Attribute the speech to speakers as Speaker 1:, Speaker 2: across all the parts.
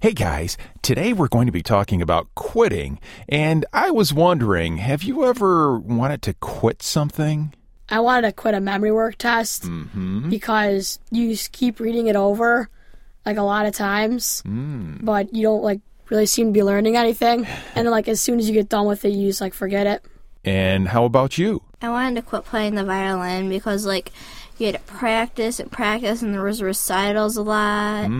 Speaker 1: Hey guys, today we're going to be talking about quitting. And I was wondering, have you ever wanted to quit something?
Speaker 2: I wanted to quit a memory work test because you just keep reading it over like a lot of times, but you don't like really seem to be learning anything. And then, like as soon as you get done with it, you just like forget it.
Speaker 1: And how about you?
Speaker 3: I wanted to quit playing the violin because, like, you had to practice and practice, and there was recitals a lot,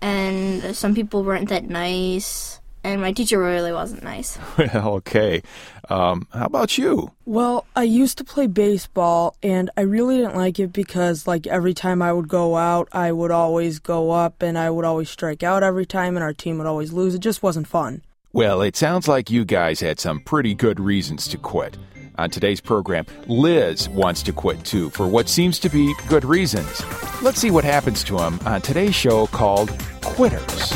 Speaker 3: and some people weren't that nice, and my teacher really wasn't nice.
Speaker 1: Well, okay. Um, how about you?
Speaker 4: Well, I used to play baseball and I really didn't like it because like every time I would go out, I would always go up and I would always strike out every time and our team would always lose. It just wasn't fun.
Speaker 1: Well, it sounds like you guys had some pretty good reasons to quit. On today's program, Liz wants to quit too for what seems to be good reasons. Let's see what happens to him on today's show called Quitters.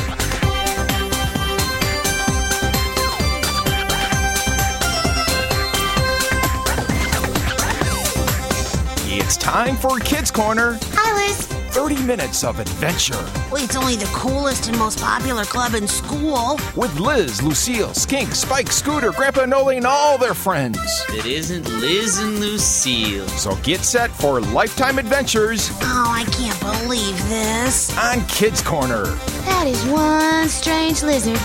Speaker 1: It's time for Kids Corner
Speaker 5: Hi, Liz.
Speaker 1: 30 minutes of adventure
Speaker 5: Well, it's only the coolest and most popular club in school.
Speaker 1: with Liz, Lucille, Skink, Spike, Scooter, Grandpa Noli, and all their friends.
Speaker 6: that isn't Liz and Lucille.
Speaker 1: So get set for lifetime adventures
Speaker 5: Oh, I can't believe this.
Speaker 1: on Kids Corner.
Speaker 5: That is one strange lizard.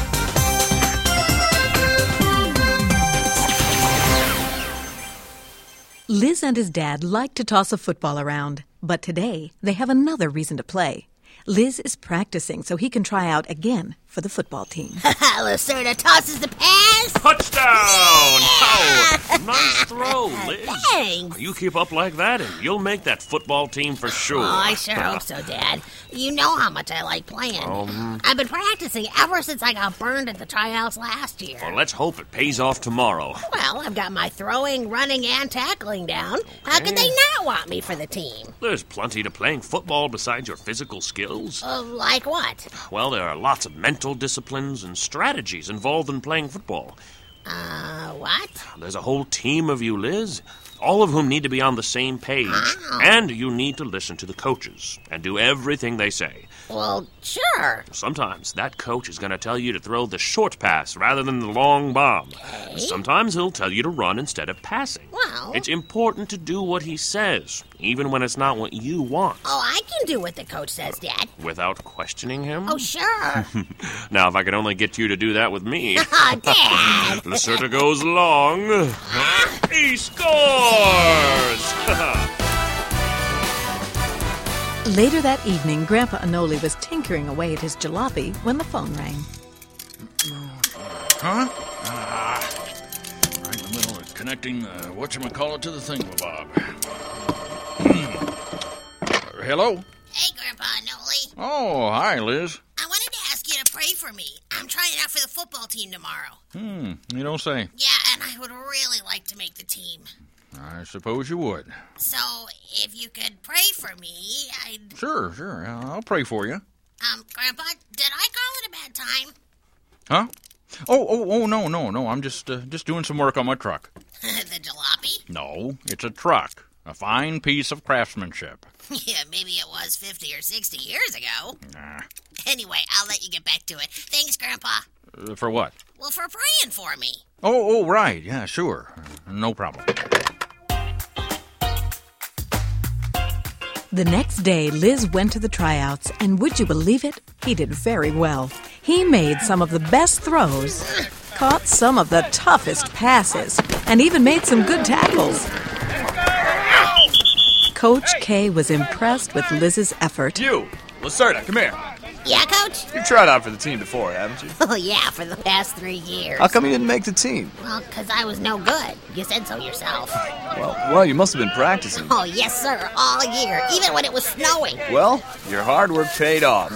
Speaker 7: Liz and his dad like to toss a football around, but today they have another reason to play. Liz is practicing so he can try out again for the football team.
Speaker 5: Lacerda tosses the pass.
Speaker 8: Touchdown! Oh, nice throw, Liz.
Speaker 5: Thanks.
Speaker 8: You keep up like that, and you'll make that football team for sure.
Speaker 5: Oh, I sure hope so, Dad. You know how much I like playing. I've been practicing ever since I got burned at the tryouts last year.
Speaker 8: Well, let's hope it pays off tomorrow.
Speaker 5: Well, I've got my throwing, running, and tackling down. How could they not want me for the team?
Speaker 8: There's plenty to playing football besides your physical skills.
Speaker 5: Uh, like what?
Speaker 8: Well, there are lots of mental disciplines and strategies involved in playing football.
Speaker 5: Uh, what?
Speaker 8: There's a whole team of you, Liz, all of whom need to be on the same page. And you need to listen to the coaches and do everything they say.
Speaker 5: Well, sure.
Speaker 8: Sometimes that coach is going to tell you to throw the short pass rather than the long bomb. Sometimes he'll tell you to run instead of passing.
Speaker 5: Well-
Speaker 8: It's important to do what he says, even when it's not what you want,
Speaker 5: Oh, I can do what the coach says, Dad.
Speaker 8: without questioning him.
Speaker 5: Oh, sure.
Speaker 8: Now, if I could only get you to do that with me.
Speaker 5: Oh, Dad.
Speaker 8: Lacerda goes long. he scores!
Speaker 7: Later that evening, Grandpa Anoli was tinkering away at his jalopy when the phone rang.
Speaker 9: Huh? Ah, right in the middle of connecting the whatchamacallit to the thingamabob. Hmm. Hello?
Speaker 5: Hey, Grandpa Noli.
Speaker 9: Oh, hi, Liz.
Speaker 5: I wanted to ask you to pray for me. I'm trying out for the football team tomorrow.
Speaker 9: Hmm, you don't say.
Speaker 5: Yeah, and I would really like to make the team.
Speaker 9: I suppose you would.
Speaker 5: So, if you could pray for me, I'd.
Speaker 9: Sure, sure. I'll pray for you.
Speaker 5: Um, Grandpa, did I call it a bad time?
Speaker 9: Huh? Oh, oh, oh, no, no, no. I'm just, uh, just doing some work on my truck.
Speaker 5: the jalopy?
Speaker 9: No, it's a truck. A fine piece of craftsmanship.
Speaker 5: yeah, maybe it was 50 or 60 years ago.
Speaker 9: Nah.
Speaker 5: Anyway, I'll let you get back to it. Thanks, Grandpa.
Speaker 9: Uh, for what?
Speaker 5: Well, for praying for me.
Speaker 9: Oh, oh, right. Yeah, sure. Uh, No problem.
Speaker 7: The next day, Liz went to the tryouts, and would you believe it? He did very well. He made some of the best throws, caught some of the toughest passes, and even made some good tackles. Coach K was impressed with Liz's effort.
Speaker 10: You, Lacerda, come here.
Speaker 5: Yeah, Coach?
Speaker 10: You've tried out for the team before, haven't you?
Speaker 5: Oh, yeah, for the past three years.
Speaker 8: Uh,
Speaker 10: How come you didn't make the team?
Speaker 5: Well, 'cause I was no good. You said so yourself.
Speaker 10: Well, well, you must have been practicing.
Speaker 5: Oh, yes, sir, all year, even when it was snowing.
Speaker 10: Well, your hard work paid off.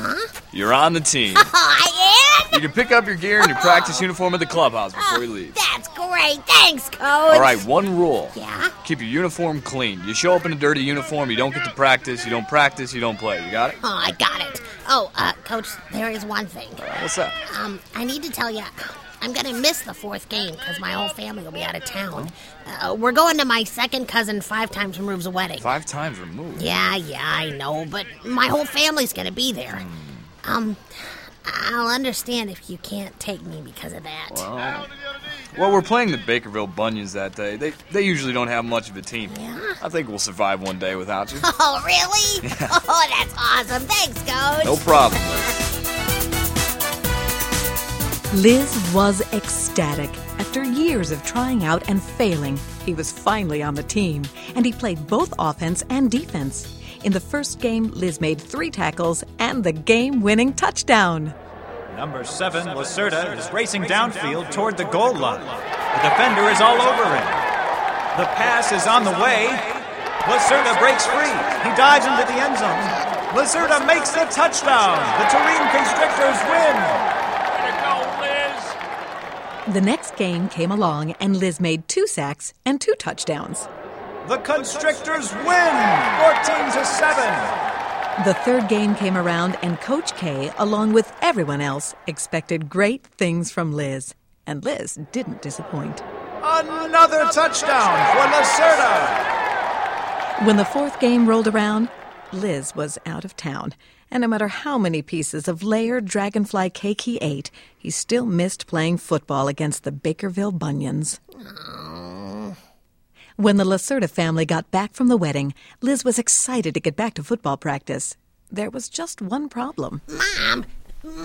Speaker 10: You're on the team.
Speaker 5: Oh, I am? Oh,
Speaker 10: You can pick up your gear and your practice uniform at the clubhouse before you leave.
Speaker 5: That's great. Thanks, Coach.
Speaker 10: All right, one rule.
Speaker 5: Yeah?
Speaker 10: Keep your uniform clean. You show up in a dirty uniform, you don't get to practice. You don't practice, you don't play. You got it?
Speaker 5: Oh, I got it. Oh, uh, Coach, there is one thing.
Speaker 10: What's that?
Speaker 5: Um, I need to tell you, I'm going to miss the fourth game 'cause my whole family will be out of town. Uh, we're going to my second cousin five times remove's wedding.
Speaker 10: Five times removed.
Speaker 5: Yeah, yeah, I know, but my whole family's gonna be there. Um, I'll understand if you can't take me because of that.
Speaker 10: Well, well, we're playing the Bakerville Bunions that day. They they usually don't have much of a team. I think we'll survive one day without you.
Speaker 5: Oh, really? Oh, that's awesome. Thanks, Coach.
Speaker 10: No problem.
Speaker 7: Liz was ecstatic. After years of trying out and failing, he was finally on the team, and he played both offense and defense. In the first game, Liz made three tackles and the game winning touchdown.
Speaker 11: Number seven, Lacerda, is racing downfield toward the goal line. The defender is all over him. The pass is on the way. Lacerda breaks free. He dives into the end zone. Lacerda makes the touchdown. The Terrene Constrictors win.
Speaker 7: The next game came along, and Liz made two sacks and two touchdowns.
Speaker 11: The Constrictors win 14 to 7.
Speaker 7: The third game came around, and Coach K, along with everyone else, expected great things from Liz. And Liz didn't disappoint.
Speaker 11: Another touchdown for Lacerda.
Speaker 7: When the fourth game rolled around, Liz was out of town. And no matter how many pieces of layered dragonfly cake he ate, he still missed playing football against the Bakerville Bunions. When the Lacerda family got back from the wedding, Liz was excited to get back to football practice. There was just one problem.
Speaker 5: Mom,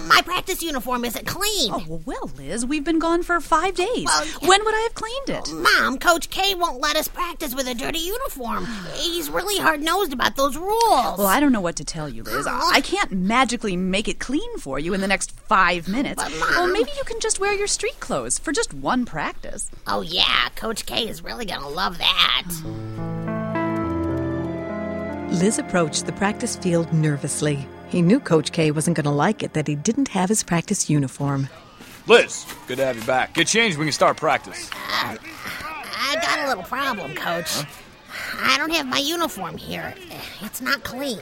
Speaker 5: my practice uniform isn't clean.
Speaker 12: Oh, well, Liz, we've been gone for five days. when would I have cleaned it?
Speaker 5: Mom, Coach K won't let us practice with a dirty uniform. He's really hard nosed about those rules.
Speaker 12: Well, I don't know what to tell you, Liz. I I can't magically make it clean for you in the next five minutes.
Speaker 5: But, Mom-
Speaker 12: Well, maybe you can just wear your street clothes for just one practice.
Speaker 5: Oh, yeah, Coach K is really gonna love that.
Speaker 7: Liz approached the practice field nervously. He knew Coach K wasn't going to like it that he didn't have his practice uniform.
Speaker 10: Liz, good to have you back. Get changed. We can start practice.
Speaker 5: I got a little problem, Coach. I don't have my uniform here. It's not clean.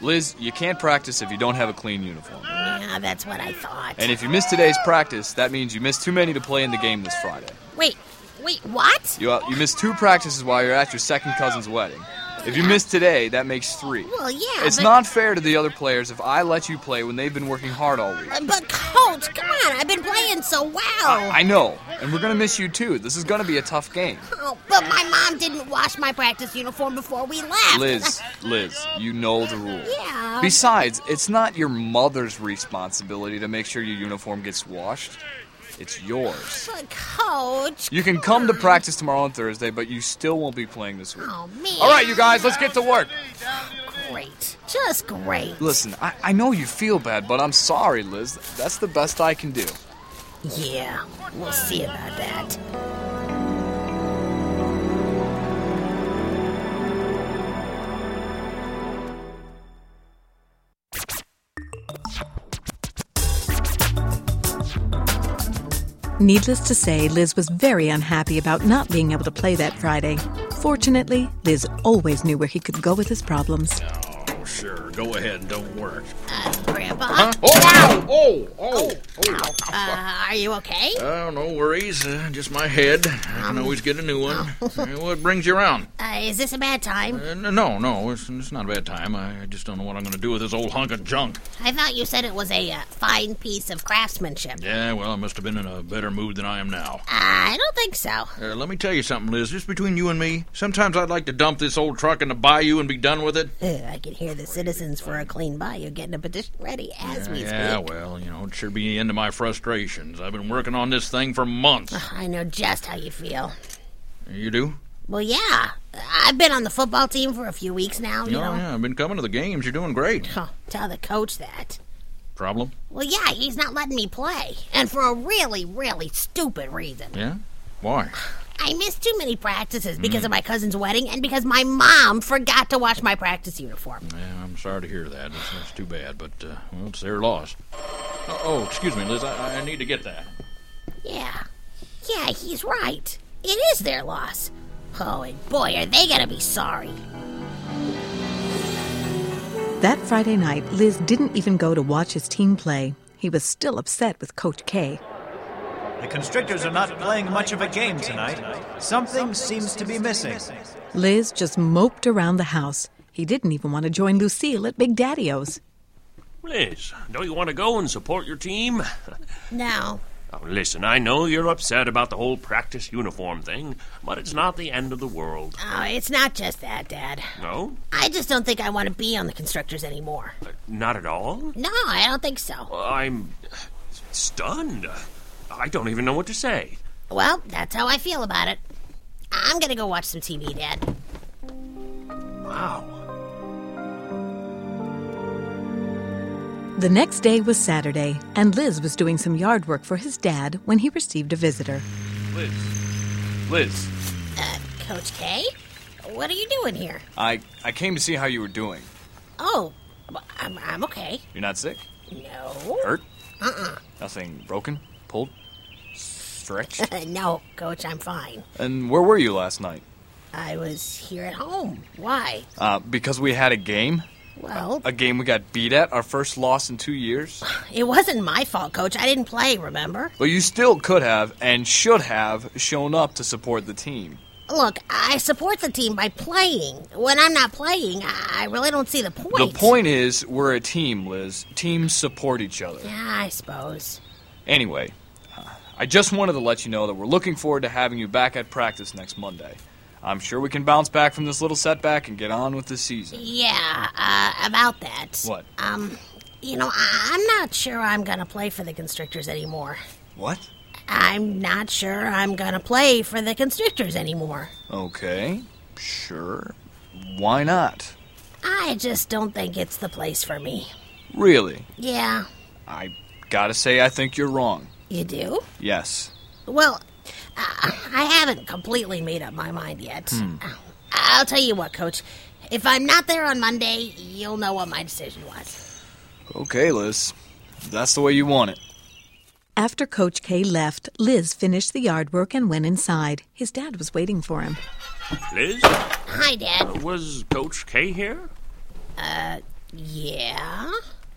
Speaker 10: Liz, you can't practice if you don't have a clean uniform.
Speaker 5: Yeah, that's what I thought.
Speaker 10: And if you miss today's practice, that means you missed too many to play in the game this Friday.
Speaker 5: Wait, wait, what?
Speaker 10: You, uh, you missed two practices while you're at your second cousin's wedding. If you miss today, that makes three.
Speaker 5: Well, yeah.
Speaker 10: It's
Speaker 5: but,
Speaker 10: not fair to the other players if I let you play when they've been working hard all week.
Speaker 5: But, Coach, come on. I've been playing so well.
Speaker 10: I know, and we're gonna miss you too. This is gonna be a tough game.
Speaker 5: Oh, but my mom didn't wash my practice uniform before we left.
Speaker 10: Liz, Liz, you know the rules.
Speaker 5: Yeah.
Speaker 10: Besides, it's not your mother's responsibility to make sure your uniform gets washed. It's yours.
Speaker 5: But, Coach.
Speaker 10: You can come to practice tomorrow on Thursday, but you still won't be playing this week.
Speaker 5: Oh, man.
Speaker 10: All right, you guys, let's get to work.
Speaker 5: Great. Just great.
Speaker 10: Listen, I, I know you feel bad, but I'm sorry, Liz. That's the best I can do.
Speaker 5: Yeah, we'll see about that.
Speaker 7: Needless to say, Liz was very unhappy about not being able to play that Friday. Fortunately, Liz always knew where he could go with his problems.
Speaker 9: Oh, sure. Go ahead and don't worry.
Speaker 5: Grandpa?
Speaker 10: Uh-huh.
Speaker 9: Oh, oh, oh, oh.
Speaker 5: Uh, are you okay?
Speaker 9: Oh, no worries. Uh, just my head. I can always get a new one. Uh, what brings you around?
Speaker 5: Uh, is this a bad time?
Speaker 9: Uh, n- no, no, it's, it's not a bad time. I just don't know what I'm going to do with this old hunk of junk.
Speaker 5: I thought you said it was a uh, fine piece of craftsmanship.
Speaker 9: Yeah, well, I must have been in a better mood than I am now.
Speaker 5: I don't think so.
Speaker 9: Uh, let me tell you something, Liz. Just between you and me, sometimes I'd like to dump this old truck in the bayou and be done with it.
Speaker 5: Ugh, I can hear the citizens for a clean bayou getting a petition ready as we
Speaker 9: Yeah,
Speaker 5: speak.
Speaker 9: well, you know, it sure be the end of my frustrations. I've been working on this thing for months.
Speaker 5: I know just how you feel.
Speaker 9: You do?
Speaker 5: Well, yeah. I've been on the football team for a few weeks now, you
Speaker 9: oh,
Speaker 5: know.
Speaker 9: yeah, I've been coming to the games. You're doing great.
Speaker 5: Huh, Tell the coach that.
Speaker 9: Problem?
Speaker 5: Well, yeah, he's not letting me play. And for a really, really stupid reason.
Speaker 9: Yeah? Why?
Speaker 5: I missed too many practices because of my cousin's wedding and because my mom forgot to wash my practice uniform.
Speaker 9: Yeah, I'm sorry to hear that. It's, it's too bad, but, uh, well, it's their loss. Oh, oh excuse me, Liz. I, I need to get that.
Speaker 5: Yeah. Yeah, he's right. It is their loss. Oh, and boy, are they gonna be sorry.
Speaker 7: That Friday night, Liz didn't even go to watch his team play. He was still upset with Coach K.
Speaker 11: The Constrictors are not playing much of a game tonight. Something seems to be missing.
Speaker 7: Liz just moped around the house. He didn't even want to join Lucille at Big Daddy O's.
Speaker 8: Liz, don't you want to go and support your team?
Speaker 5: No.
Speaker 8: Now, listen, I know you're upset about the whole practice uniform thing, but it's not the end of the world.
Speaker 5: Oh, it's not just that, Dad.
Speaker 8: No?
Speaker 5: I just don't think I want to be on the constructors anymore.
Speaker 8: Not at all?
Speaker 5: No, I don't think so.
Speaker 8: I'm stunned. I don't even know what to say.
Speaker 5: Well, that's how I feel about it. I'm gonna go watch some TV, Dad.
Speaker 8: Wow.
Speaker 7: The next day was Saturday, and Liz was doing some yard work for his dad when he received a visitor.
Speaker 9: Liz. Liz.
Speaker 5: Coach K, what are you doing here?
Speaker 10: I, I came to see how you were doing.
Speaker 5: Oh, I'm, I'm okay.
Speaker 10: You're not sick?
Speaker 5: No.
Speaker 10: Hurt?
Speaker 5: Uh-uh.
Speaker 10: Nothing broken? Pulled? Stretched?
Speaker 5: no, Coach, I'm fine.
Speaker 10: and where were you last night?
Speaker 5: I was here at home. Why?
Speaker 10: Uh, because we had a game?
Speaker 5: Well,
Speaker 10: A game we got beat at, our first loss in two years?
Speaker 5: it wasn't my fault, Coach. I didn't play, remember?
Speaker 10: But you still could have and should have shown up to support the team.
Speaker 5: Look, I support the team by playing. When I'm not playing, I I really don't see the point.
Speaker 10: The point is, we're a team, Liz. Teams support each other.
Speaker 5: Yeah, I suppose.
Speaker 10: Anyway, uh, I just wanted to let you know that we're looking forward to having you back at practice next Monday. I'm sure we can bounce back from this little setback and get on with the season.
Speaker 5: Yeah, uh, about that.
Speaker 10: What?
Speaker 5: Um, you know, I- I'm not sure I'm gonna play for the Constrictors anymore.
Speaker 10: What?
Speaker 5: I'm not sure I'm gonna play for the Constrictors anymore.
Speaker 10: Okay, sure. Why not?
Speaker 5: I just don't think it's the place for me.
Speaker 10: Really?
Speaker 5: Yeah,
Speaker 10: I gotta say, I think you're wrong.
Speaker 5: you do?
Speaker 10: Yes.
Speaker 5: Well, uh, I haven't completely made up my mind yet. Uh,
Speaker 10: Hmm.
Speaker 5: I'll tell you what, Coach. If I'm not there on Monday, you'll know what my decision was.
Speaker 10: Okay, Liz. That's the way you want it.
Speaker 7: After Coach K left, Liz finished the yard work and went inside. His dad was waiting for him.
Speaker 8: Liz?
Speaker 5: Hi, Dad.
Speaker 8: Was Coach K here?
Speaker 5: Uh, yeah.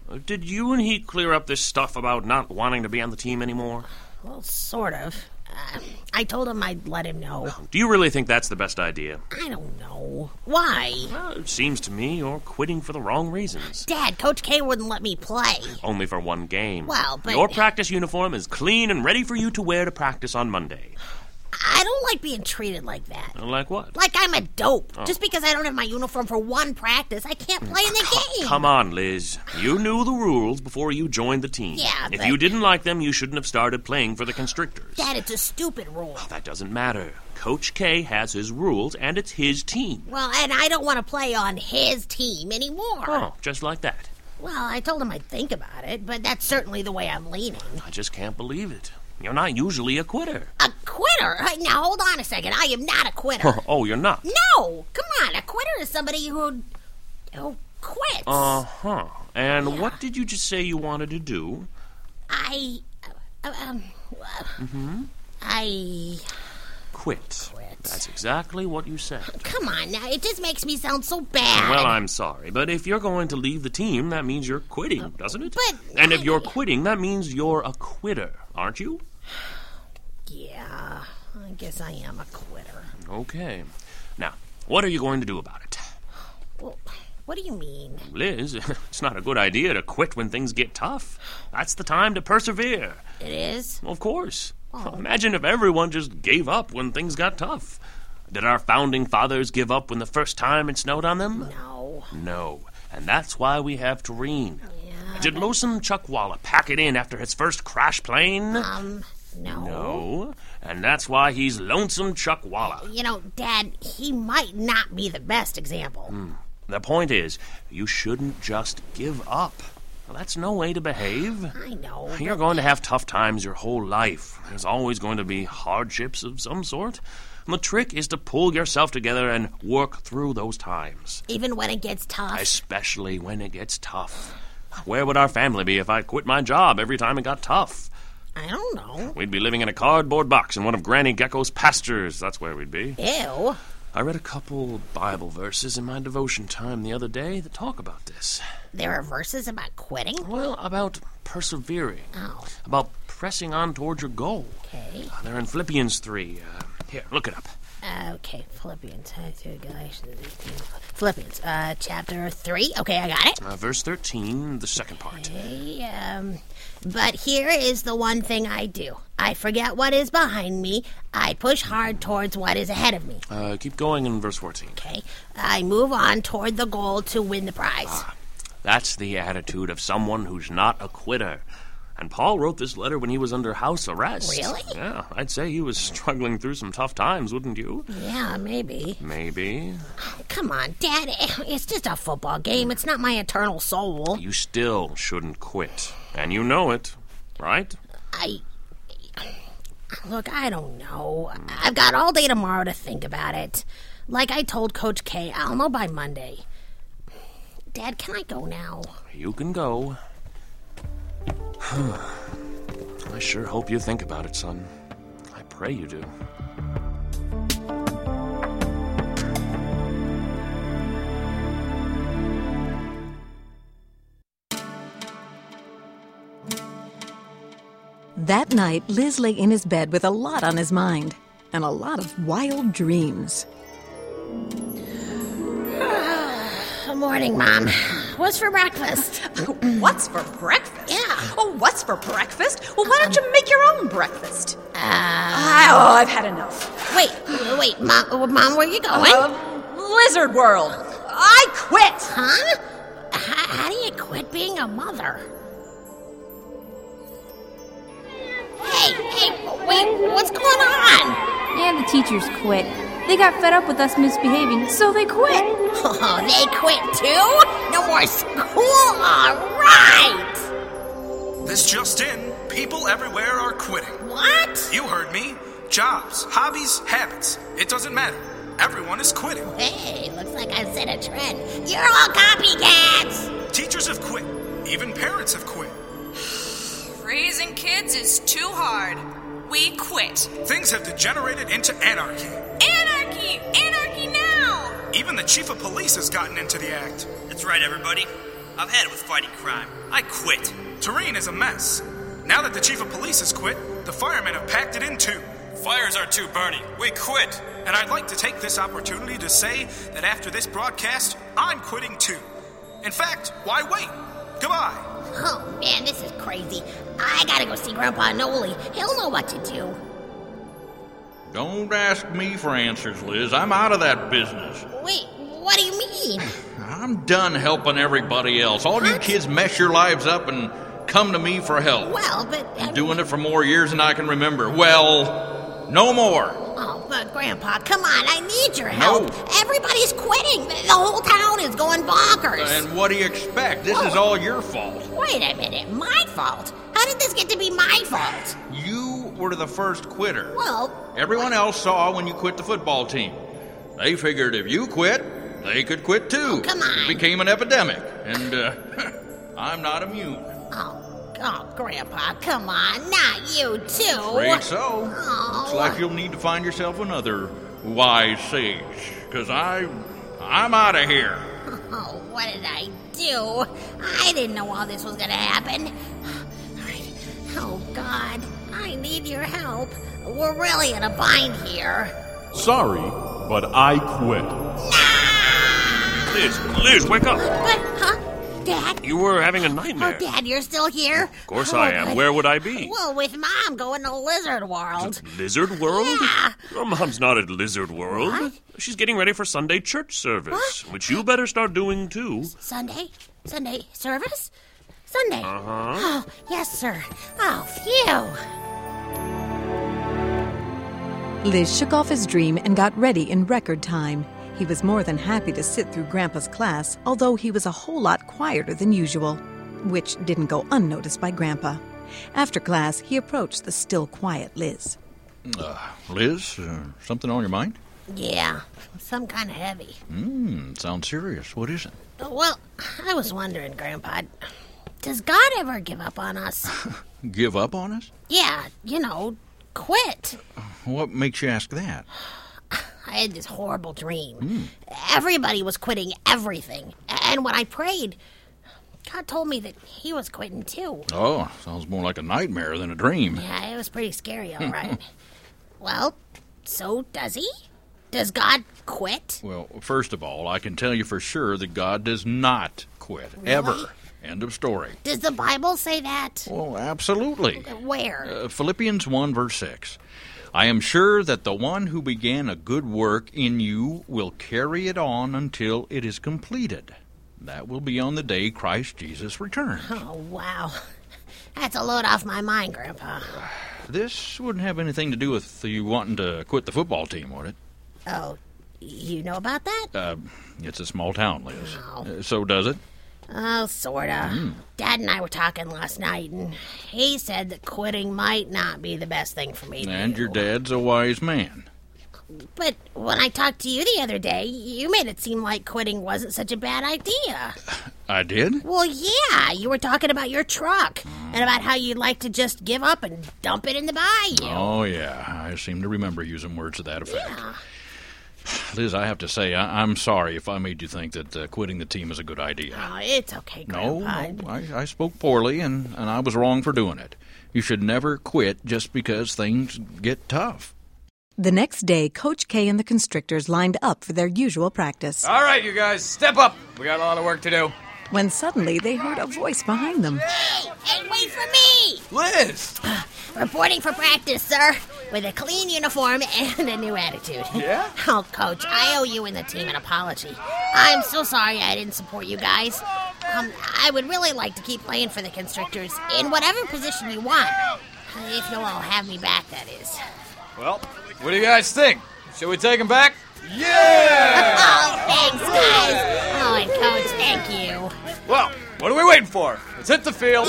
Speaker 8: Uh, Did you and he clear up this stuff about not wanting to be on the team anymore?
Speaker 5: Well, sort of. Uh, I told him I'd let him know.
Speaker 8: Do you really think that's the best idea?
Speaker 5: I don't know. Why?
Speaker 8: It seems to me you're quitting for the wrong reasons.
Speaker 5: Dad, Coach K wouldn't let me play.
Speaker 8: Only for one game.
Speaker 5: Well, but-
Speaker 8: Your practice uniform is clean and ready for you to wear to practice on Monday.
Speaker 5: I don't like being treated like that.
Speaker 8: Like what?
Speaker 5: Like I'm a dope.
Speaker 8: Oh.
Speaker 5: Just because I don't have my uniform for one practice, I can't play in the game.
Speaker 8: Come on, Liz. You knew the rules before you joined the team.
Speaker 5: Yeah,
Speaker 8: If
Speaker 5: but-
Speaker 8: you didn't like them, you shouldn't have started playing for the Constrictors.
Speaker 5: Dad, it's a stupid rule.
Speaker 8: That doesn't matter. Coach K has his rules, and it's his team.
Speaker 5: Well, and I don't want to play on his team anymore.
Speaker 8: Oh, just like that.
Speaker 5: Well, I told him I'd think about it, but that's certainly the way I'm leaning.
Speaker 8: I just can't believe it. You're not usually a quitter.
Speaker 5: A quitter? Hey, Now, hold on a second. I am not a quitter.
Speaker 8: oh, you're not.
Speaker 5: no! Come on, a quitter is somebody who. who quits.
Speaker 8: Uh huh. And what did you just say you wanted to do?
Speaker 5: I. uh, Um. uh,
Speaker 8: Mm-hmm.
Speaker 5: I.
Speaker 8: Quit. Quit. That's exactly what you said.
Speaker 5: Come on now, it just makes me sound so bad.
Speaker 8: Well, I'm sorry, but if you're going to leave the team, that means you're quitting, doesn't it? But and if you're quitting, that means you're a quitter, aren't you?
Speaker 5: Yeah, I guess I am a quitter.
Speaker 8: Okay. Now, what are you going to do about it?
Speaker 5: Well, what do you mean?
Speaker 8: Liz, it's not a good idea to quit when things get tough. That's the time to persevere.
Speaker 5: It is?
Speaker 8: Of course.
Speaker 5: Oh.
Speaker 8: Imagine if everyone just gave up when things got tough. Did our founding fathers give up when the first time it snowed on them?
Speaker 5: No.
Speaker 8: No. And that's why we have Tureen. Did Losum Chuckwalla pack it in after his first crash plane?
Speaker 5: Um, no.
Speaker 8: No. And that's why he's Lonesome Chuckwalla.
Speaker 5: You know, Dad, he might not be the best example.
Speaker 8: Hmm. The point is, you shouldn't just give up. That's no way to behave.
Speaker 5: I know. but-
Speaker 8: You're going to have tough times your whole life. There's always going to be hardships of some sort. The trick is to pull yourself together and work through those times,
Speaker 5: Even when it gets tough.
Speaker 8: especially when it gets tough. Where would our family be if I quit my job every time it got tough?
Speaker 5: I don't know.
Speaker 8: We'd be living in a cardboard box in one of Granny Gecko's pastures. That's where we'd be.
Speaker 5: Ew.
Speaker 8: I read a couple Bible verses in my devotion time the other day that talk about this.
Speaker 5: There are verses about quitting?
Speaker 8: Well, about persevering,
Speaker 5: Oh,
Speaker 8: about pressing on towards your goal.
Speaker 5: okay.
Speaker 8: They're in Philippians 3. Uh, here, look it up.
Speaker 5: Uh, okay, Philippians. uh, through Galatians, Philippians, uh, chapter 3. Okay, I got it.
Speaker 8: Uh, verse 13, the second part.
Speaker 5: Okay, um, but here is the one thing I do I forget what is behind me, I push hard towards what is ahead of me.
Speaker 8: Uh, keep going in verse 14.
Speaker 5: Okay, I move on toward the goal to win the prize.
Speaker 8: That's the attitude of someone who's not a quitter. And Paul wrote this letter when he was under house arrest.
Speaker 5: Really?
Speaker 8: Yeah, I'd say he was struggling through some tough times, wouldn't you?
Speaker 5: Yeah, maybe.
Speaker 8: Maybe.
Speaker 5: Come on, Dad. It's just a football game. It's not my eternal soul.
Speaker 8: You still shouldn't quit. And you know it, right?
Speaker 5: I. Look, I don't know. I've got all day tomorrow to think about it. Like I told Coach K, I'll know by Monday. Dad, can I go now?
Speaker 8: You can go. I sure hope you think about it, son. I pray you do.
Speaker 7: That night, Liz lay in his bed with a lot on his mind and a lot of wild dreams.
Speaker 5: Good morning, Mom. What's for breakfast?
Speaker 12: what's for breakfast? Yeah. Oh, what's for breakfast? Well, why don't you make your own breakfast?
Speaker 5: Um, Uh,
Speaker 12: oh, I've had enough. Um,
Speaker 5: Wait, wait, Mom, uh, Mom where are you going?
Speaker 12: Lizard World. I quit.
Speaker 5: Huh? How, how do you quit being a mother? Hey, hey, wait, what's going on?
Speaker 13: Yeah, the teachers quit. They got fed up with us misbehaving, so they quit.
Speaker 5: Oh, they quit too? No more school? All right!
Speaker 14: This just in, people everywhere are quitting.
Speaker 5: What?
Speaker 14: You heard me. Jobs, hobbies, habits. It doesn't matter. Everyone is quitting.
Speaker 5: Hey, looks like I've set a trend. You're all copycats!
Speaker 14: Teachers have quit. Even parents have quit.
Speaker 15: Raising kids is too hard. We quit.
Speaker 14: Things have degenerated into anarchy.
Speaker 15: Anarchy! Anarchy now!
Speaker 14: Even the chief of police has gotten into the act.
Speaker 16: That's right, everybody. I've had it with fighting crime. I quit.
Speaker 14: Terrain is a mess. Now that the chief of police has quit, the firemen have packed it in too.
Speaker 16: Fires are too burning. We quit.
Speaker 14: And I'd like to take this opportunity to say that after this broadcast, I'm quitting too. In fact, why wait? Goodbye.
Speaker 5: Oh, man, this is crazy. I gotta go see Grandpa Noli. He'll know what to do.
Speaker 9: Don't ask me for answers, Liz. I'm out of that business.
Speaker 5: Wait, what do you mean?
Speaker 9: I'm done helping everybody else. All you kids mess your lives up and come to me for help.
Speaker 5: Well, but. um,
Speaker 9: I'm doing it for more years than I can remember. Well, no more.
Speaker 5: Oh, but Grandpa, come on, I need your help. Everybody's quitting. The whole town is going bonkers.
Speaker 9: And what do you expect? This is all your fault.
Speaker 5: Wait a minute, my fault? How did this get to be my fault?
Speaker 9: You were the first quitter.
Speaker 5: Well,
Speaker 9: Everyone else saw when you quit the football team. They figured if you quit, they could quit too.
Speaker 5: Oh, come on.
Speaker 9: It became an epidemic, and uh, I'm not immune.
Speaker 5: oh, Grandpa, come on, not you too.
Speaker 9: Afraid so.
Speaker 5: Oh,
Speaker 9: Looks like you'll need to find yourself another wise sage, because I, I'm out of here.
Speaker 5: oh, what did I do? I didn't know all this was gonna happen. Oh God, I need your help. We're really in a bind here.
Speaker 17: Sorry, but I quit.
Speaker 8: Liz, Liz, wake up!
Speaker 5: But huh, Dad?
Speaker 8: You were having a
Speaker 5: Oh,
Speaker 8: nightmare.
Speaker 5: Dad, you're still here? Oh,
Speaker 8: Of course I am. Where would I be?
Speaker 5: Well, with Mom going to Lizard World.
Speaker 8: Lizard World? Your mom's not at Lizard World. She's getting ready for Sunday church service, which you better start doing too.
Speaker 5: Sunday? Sunday service? Sunday.
Speaker 8: Uh huh.
Speaker 5: Oh, yes, sir. Oh, phew.
Speaker 7: Liz shook off his dream and got ready in record time. He was more than happy to sit through Grandpa's class, although he was a whole lot quieter than usual, which didn't go unnoticed by Grandpa. After class, he approached the still quiet Liz.
Speaker 9: Uh, Liz, uh, something on your mind?
Speaker 5: Yeah, some kind of heavy.
Speaker 9: Hmm, sounds serious. What is it?
Speaker 5: Oh, Well, I was wondering, Grandpa, does God ever give up on us?
Speaker 9: Give up on us?
Speaker 5: yeah, you know, quit.
Speaker 9: What makes you ask that?
Speaker 5: I had this horrible dream. Everybody was quitting everything. And when I prayed, God told me that He was quitting too.
Speaker 9: Oh, sounds more like a nightmare than a dream.
Speaker 5: Yeah, it was pretty scary, all right. well, so does He? Does God quit?
Speaker 9: Well, first of all, I can tell you for sure that God does not quit. Ever.
Speaker 5: Really?
Speaker 9: End of story.
Speaker 5: Does the Bible say that?
Speaker 9: Well, absolutely.
Speaker 5: Where?
Speaker 9: Uh, Philippians 1, verse 6. I am sure that the one who began a good work in you will carry it on until it is completed. That will be on the day Christ Jesus returns.
Speaker 5: Oh, wow. That's a load off my mind, Grandpa.
Speaker 9: This wouldn't have anything to do with you wanting to quit the football team, would it?
Speaker 5: Oh, you know about that?
Speaker 9: Uh, it's a small town, Liz. Uh, so does it?
Speaker 5: Oh, sorta.
Speaker 9: Hmm.
Speaker 5: Dad and I were talking last night, and he said that quitting might not be the best thing for me. to
Speaker 9: And your dad's a wise man.
Speaker 5: But when I talked to you the other day, you made it seem like quitting wasn't such a bad idea.
Speaker 9: I did?
Speaker 5: Well, yeah, you were talking about your truck and about how you'd like to just give up and dump it in the bayou.
Speaker 9: Oh, yeah. I seem to remember using words to that effect. Liz, I have to say, I- I'm sorry if I made you think that uh, quitting the team is a good idea.
Speaker 5: Oh, it's okay,
Speaker 9: No,
Speaker 5: Grandpa.
Speaker 9: no I, I spoke poorly, and, and I was wrong for doing it. You should never quit just because things get tough.
Speaker 7: The next day, Coach K and the constrictors lined up for their usual practice.
Speaker 10: All right, you guys, step up. We got a lot of work to do.
Speaker 7: When suddenly they heard a voice behind them.
Speaker 5: Hey, wait for me!
Speaker 10: Liz!
Speaker 5: Reporting for practice, sir, with a clean uniform and a new attitude.
Speaker 10: Yeah?
Speaker 5: Oh, coach, I owe you and the team an apology. I'm so sorry I didn't support you guys. Um, I would really like to keep playing for the Constrictors in whatever position you want. If you'll all have me back, that is.
Speaker 10: Well, what do you guys think? Should we take him back?
Speaker 5: oh, thanks, guys. Oh, and coach, thank you.
Speaker 10: Well, what are we waiting for? Let's hit the field.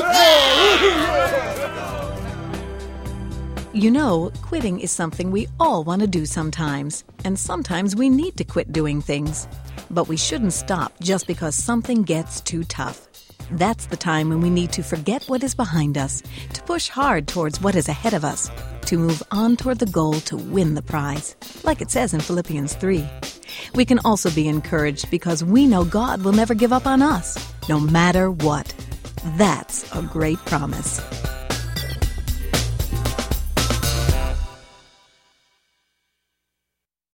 Speaker 7: You know, quitting is something we all want to do sometimes, and sometimes we need to quit doing things. But we shouldn't stop just because something gets too tough. That's the time when we need to forget what is behind us, to push hard towards what is ahead of us, to move on toward the goal to win the prize, like it says in Philippians 3. We can also be encouraged because we know God will never give up on us, no matter what. That's a great promise.